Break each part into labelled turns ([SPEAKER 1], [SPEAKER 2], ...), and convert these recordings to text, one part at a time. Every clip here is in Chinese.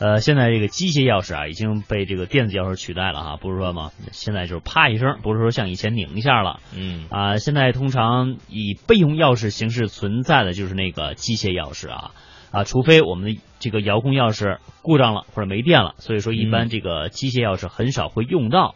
[SPEAKER 1] 呃，现在这个机械钥匙啊，已经被这个电子钥匙取代了哈，不是说嘛，现在就是啪一声，不是说像以前拧一下了
[SPEAKER 2] 嗯
[SPEAKER 1] 啊、现在通常以备用钥匙形式存在的就是那个机械钥匙啊啊，除非我们的这个遥控钥匙故障了或者没电了，所以说一般
[SPEAKER 2] 嗯
[SPEAKER 1] 这个机械钥匙很少会用到。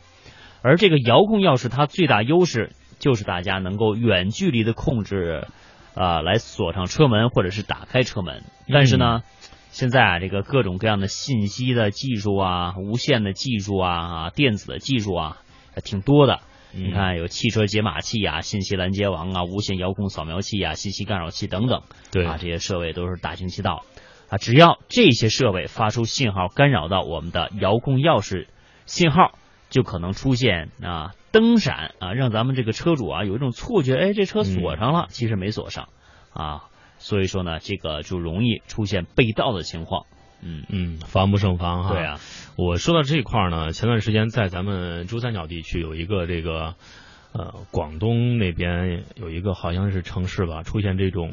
[SPEAKER 1] 而这个遥控钥匙它最大优势就是大家能够远距离的控制，啊，来锁上车门或者是打开车门。但是
[SPEAKER 2] 嗯
[SPEAKER 1] 呢，现在啊，这个各种各样的信息的技术啊，无线的技术啊，啊电子的技术啊，还挺多的。
[SPEAKER 2] 嗯
[SPEAKER 1] 你看，有汽车解码器啊，信息拦截网啊，无线遥控扫描器啊，信息干扰器等等。
[SPEAKER 2] 对
[SPEAKER 1] 啊，这些设备都是大行其道啊。只要这些设备发出信号干扰到我们的遥控钥匙信号，就可能出现啊灯闪啊，让咱们这个车主啊有一种错觉，哎，这车锁上了，其实没锁上啊。所以说呢，这个就容易出现被盗的情况。嗯，
[SPEAKER 2] 嗯，防不胜防哈。
[SPEAKER 1] 对啊，
[SPEAKER 2] 我说到这块儿呢，前段时间在咱们珠三角地区有一个这个，呃，广东那边有一个好像是城市吧，出现这种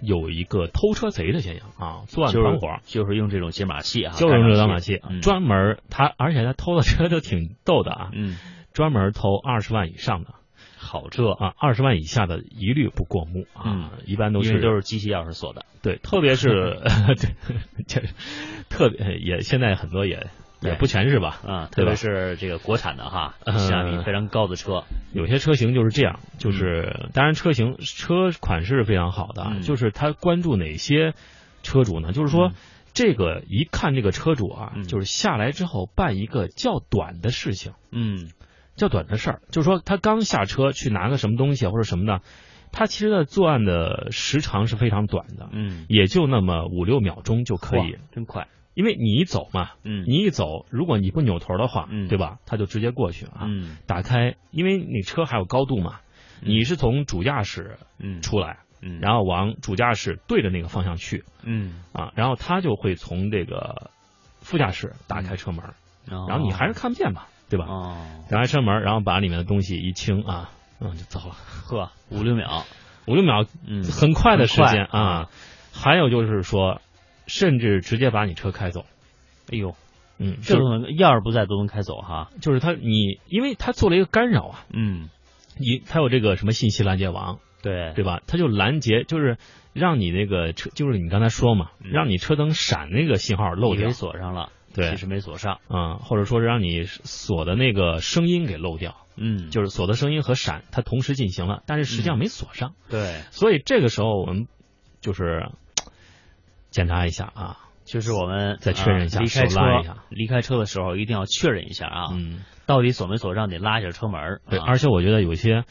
[SPEAKER 2] 有一个偷车贼的现象啊，作案
[SPEAKER 1] 就是
[SPEAKER 2] 团伙。
[SPEAKER 1] 就是用这种解码器啊，
[SPEAKER 2] 就是用这个导码器，
[SPEAKER 1] 嗯
[SPEAKER 2] 专门儿他，而且他偷的车都挺逗的啊，
[SPEAKER 1] 嗯，
[SPEAKER 2] 专门儿偷二十万以上的，好这啊，二十万以下的一律不过目啊，一般都
[SPEAKER 1] 嗯因
[SPEAKER 2] 是
[SPEAKER 1] 为都是机器钥匙锁的。
[SPEAKER 2] 对，特别是 对，这特别也现在很多也也
[SPEAKER 1] 对
[SPEAKER 2] 不全是吧，
[SPEAKER 1] 啊，特
[SPEAKER 2] 对吧
[SPEAKER 1] 别是这个国产的哈，
[SPEAKER 2] 呃
[SPEAKER 1] 性价比非常高的车，
[SPEAKER 2] 有些车型就是这样，就是当然车型车款式是非常好的啊，
[SPEAKER 1] 嗯
[SPEAKER 2] 就是他关注哪些车主呢？就是说。
[SPEAKER 1] 嗯
[SPEAKER 2] 这个一看这个车主啊，
[SPEAKER 1] 嗯
[SPEAKER 2] 就是下来之后办一个较短的事情，
[SPEAKER 1] 嗯
[SPEAKER 2] 较短的事儿，就是说他刚下车去拿个什么东西啊或者什么的，他其实的作案的时长是非常短的，
[SPEAKER 1] 嗯，
[SPEAKER 2] 也就那么五六秒钟就可以
[SPEAKER 1] 哇，，真快，
[SPEAKER 2] 因为你一走嘛，
[SPEAKER 1] 嗯，
[SPEAKER 2] 你一走，如果你不扭头的话，
[SPEAKER 1] 嗯
[SPEAKER 2] 对吧？他就直接过去啊，
[SPEAKER 1] 嗯
[SPEAKER 2] 打开，因为你车还有高度嘛，
[SPEAKER 1] 嗯
[SPEAKER 2] 你是从主驾驶
[SPEAKER 1] 嗯
[SPEAKER 2] 出来，
[SPEAKER 1] 嗯，后
[SPEAKER 2] 然后往主驾驶对着那个方向去
[SPEAKER 1] 嗯，
[SPEAKER 2] 啊，然后他就会从这个副驾驶打开车门，
[SPEAKER 1] 然
[SPEAKER 2] 然后你还是看不见嘛，对吧？
[SPEAKER 1] 嗯哦，
[SPEAKER 2] 打开车门，然后把里面的东西一清啊，嗯，就走了，
[SPEAKER 1] 呵，五六 秒，
[SPEAKER 2] 五六秒，
[SPEAKER 1] 嗯
[SPEAKER 2] 很快的时间
[SPEAKER 1] 很快
[SPEAKER 2] 啊。还有就是说，甚至直接把你车开走，
[SPEAKER 1] 哎呦，
[SPEAKER 2] 嗯，
[SPEAKER 1] 这
[SPEAKER 2] 就
[SPEAKER 1] 都能钥匙不在都能开走哈，
[SPEAKER 2] 就是他你，因为他做了一个干扰啊，
[SPEAKER 1] 嗯，
[SPEAKER 2] 你他有这个什么信息拦截网，
[SPEAKER 1] 对，
[SPEAKER 2] 对吧？他就拦截，就是让你那个车，就是你刚才说嘛，
[SPEAKER 1] 嗯
[SPEAKER 2] 让你车灯闪那个信号漏
[SPEAKER 1] 以
[SPEAKER 2] 掉
[SPEAKER 1] 为，锁上了，
[SPEAKER 2] 对
[SPEAKER 1] 其实没锁上，
[SPEAKER 2] 啊，或者说是让你锁的那个声音给漏掉，
[SPEAKER 1] 嗯，
[SPEAKER 2] 就是锁的声音和闪它同时进行了，但是实际上没锁上。
[SPEAKER 1] 对，
[SPEAKER 2] 所以这个时候我们就是检查一下啊，
[SPEAKER 1] 就是我们
[SPEAKER 2] 再确认一下
[SPEAKER 1] 啊离开
[SPEAKER 2] 手
[SPEAKER 1] 车
[SPEAKER 2] 拉一下
[SPEAKER 1] 离开车的时候一定要确认一下啊，
[SPEAKER 2] 嗯，
[SPEAKER 1] 到底锁没锁上得拉一下车门儿，
[SPEAKER 2] 对，
[SPEAKER 1] 啊
[SPEAKER 2] 而且我觉得有些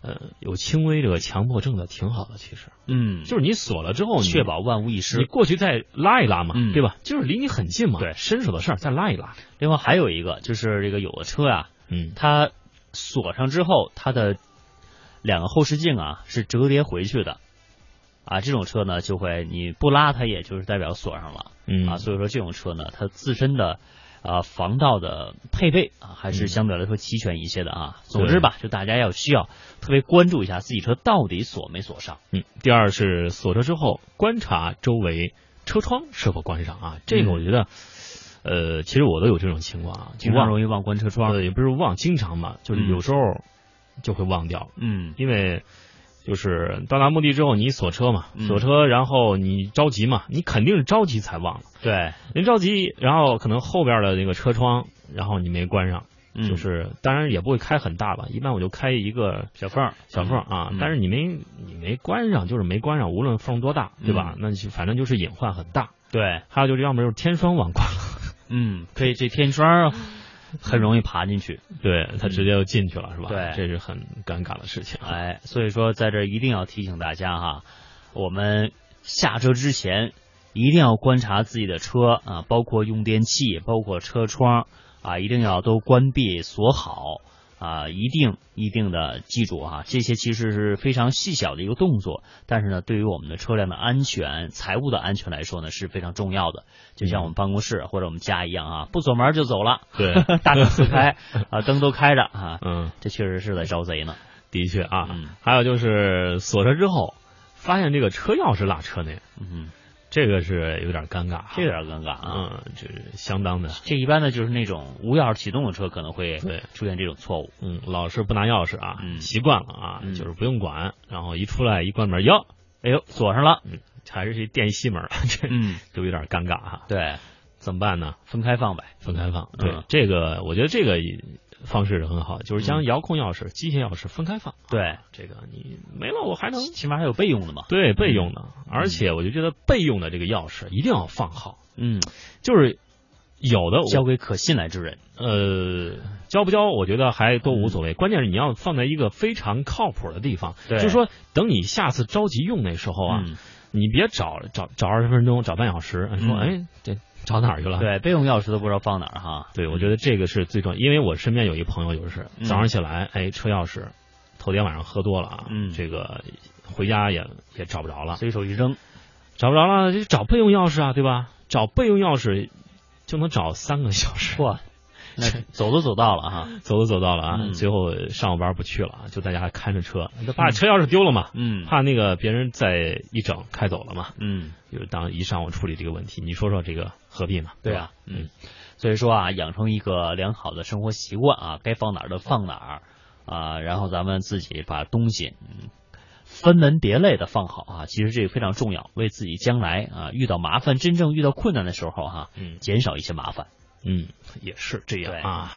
[SPEAKER 2] 呃有轻微这个强迫症的挺好的，其实
[SPEAKER 1] 嗯，
[SPEAKER 2] 就是你锁了之后，你
[SPEAKER 1] 确保万无一失
[SPEAKER 2] 你。过去再拉一拉嘛，
[SPEAKER 1] 嗯
[SPEAKER 2] 对吧？就是离你很近嘛，
[SPEAKER 1] 对
[SPEAKER 2] 伸手的事儿再拉一拉，
[SPEAKER 1] 另外还有一个就是这个有的车啊，
[SPEAKER 2] 嗯，
[SPEAKER 1] 它锁上之后，它的两个后视镜啊是折叠回去的，啊，这种车呢就会你不拉它，也就是代表锁上了
[SPEAKER 2] 嗯
[SPEAKER 1] 啊，所以说这种车呢，它自身的啊防盗的配备啊还是相对来说齐全一些的啊。总之吧，就大家要需要特别关注一下自己车到底锁没锁上。
[SPEAKER 2] 嗯，第二是锁车之后观察周围车窗是否关上啊，
[SPEAKER 1] 嗯
[SPEAKER 2] 这个我觉得，呃，其实我都有这种情况啊，
[SPEAKER 1] 经常容易忘关车窗，
[SPEAKER 2] 呃也不是忘，经常嘛，就是
[SPEAKER 1] 嗯
[SPEAKER 2] 有时候就会忘掉，
[SPEAKER 1] 嗯
[SPEAKER 2] 因为就是到达目的之后你锁车嘛，
[SPEAKER 1] 嗯
[SPEAKER 2] 锁车，然后你着急嘛，你肯定是着急才忘了，
[SPEAKER 1] 对，
[SPEAKER 2] 你着急，然后可能后边的那个车窗，然后你没关上，
[SPEAKER 1] 嗯
[SPEAKER 2] 就是当然也不会开很大吧，一般我就开一个
[SPEAKER 1] 小缝儿
[SPEAKER 2] 小缝儿啊，
[SPEAKER 1] 嗯
[SPEAKER 2] 但是你没你没关上，就是没关上，无论缝多大，对吧？
[SPEAKER 1] 嗯
[SPEAKER 2] 那就反正就是隐患很大。
[SPEAKER 1] 对，
[SPEAKER 2] 还有就是要么就是天窗网 关了，
[SPEAKER 1] 嗯，可以这天窗很容易爬进去。
[SPEAKER 2] 对他直接就进去了，是吧？
[SPEAKER 1] 嗯对
[SPEAKER 2] 这是很尴尬的事情。
[SPEAKER 1] 哎，所以说在这儿一定要提醒大家哈，我们下车之前一定要观察自己的车啊，包括用电器，包括车窗啊，一定要都关闭锁好啊，一定一定的记住哈、这些其实是非常细小的一个动作，但是呢，对于我们的车辆的安全、财务的安全来说呢是非常重要的。就像我们办公室或者我们家一样啊，不锁门就走了，
[SPEAKER 2] 对，
[SPEAKER 1] 大灯四开啊，灯都开着啊，
[SPEAKER 2] 嗯，
[SPEAKER 1] 这确实是在招贼呢。
[SPEAKER 2] 的确啊。
[SPEAKER 1] 嗯
[SPEAKER 2] 还有就是锁车之后，发现这个车钥匙落车内，
[SPEAKER 1] 嗯哼。
[SPEAKER 2] 这个是有点尴尬啊，
[SPEAKER 1] 这有点尴尬啊。
[SPEAKER 2] 嗯，这是相当的，
[SPEAKER 1] 这一般的就是那种无钥匙启动的车可能会
[SPEAKER 2] 对
[SPEAKER 1] 出现这种错误。
[SPEAKER 2] 嗯，老是不拿钥匙啊，
[SPEAKER 1] 嗯
[SPEAKER 2] 习惯了啊，
[SPEAKER 1] 嗯
[SPEAKER 2] 就是不用管，然后一出来一关门，哟，
[SPEAKER 1] 哎呦，锁上了。
[SPEAKER 2] 还是一电吸门， 这
[SPEAKER 1] 嗯，
[SPEAKER 2] 就有点尴尬哈、
[SPEAKER 1] 对，
[SPEAKER 2] 怎么办呢？
[SPEAKER 1] 分开放呗。
[SPEAKER 2] 分开放，对、
[SPEAKER 1] 嗯
[SPEAKER 2] 这个，我觉得这个方式是很好，就是将遥控钥匙、机械钥匙分开放，
[SPEAKER 1] 对，
[SPEAKER 2] 这个你没了我还能
[SPEAKER 1] 起起码还有备用的嘛。
[SPEAKER 2] 对备用的，而且我就觉得备用的这个钥匙一定要放好，
[SPEAKER 1] 嗯，
[SPEAKER 2] 就是有的我
[SPEAKER 1] 交给可信赖之人。
[SPEAKER 2] 呃，交不交，我觉得还都无所谓。关键是你要放在一个非常靠谱的地方，
[SPEAKER 1] 嗯对
[SPEAKER 2] 就是说等你下次着急用那时候啊，
[SPEAKER 1] 嗯，
[SPEAKER 2] 你别找找找二十分钟，找半小时，说、
[SPEAKER 1] 嗯
[SPEAKER 2] 哎这找哪儿去了？
[SPEAKER 1] 对，备用钥匙都不知道放哪儿哈。
[SPEAKER 2] 对，我觉得这个是最重要，因为我身边有一朋友就是
[SPEAKER 1] 嗯
[SPEAKER 2] 早上起来，哎车钥匙，头天晚上喝多了啊，
[SPEAKER 1] 嗯
[SPEAKER 2] 这个回家也也找不着了，
[SPEAKER 1] 随手一扔。
[SPEAKER 2] 找不着了就找备用钥匙啊，对吧？找备用钥匙就能找三个小时。
[SPEAKER 1] 嚯，那走都走到了哈。
[SPEAKER 2] 走都走到了啊，
[SPEAKER 1] 嗯
[SPEAKER 2] 最后上午班不去了啊，就在家看着车，怕车钥匙丢了嘛，
[SPEAKER 1] 嗯
[SPEAKER 2] 怕那个别人再一整开走了嘛，
[SPEAKER 1] 嗯，
[SPEAKER 2] 就是当一上午处理这个问题，你说说这个何必呢？
[SPEAKER 1] 对
[SPEAKER 2] 吧？
[SPEAKER 1] 啊，嗯，所以说啊，养成一个良好的生活习惯啊，该放哪儿的放哪儿啊，然后咱们自己把东西嗯分门别类的放好啊，其实这个非常重要，为自己将来啊遇到麻烦、真正遇到困难的时候哈、啊
[SPEAKER 2] 嗯
[SPEAKER 1] 减少一些麻烦。
[SPEAKER 2] 嗯，也是这样
[SPEAKER 1] 对
[SPEAKER 2] 啊。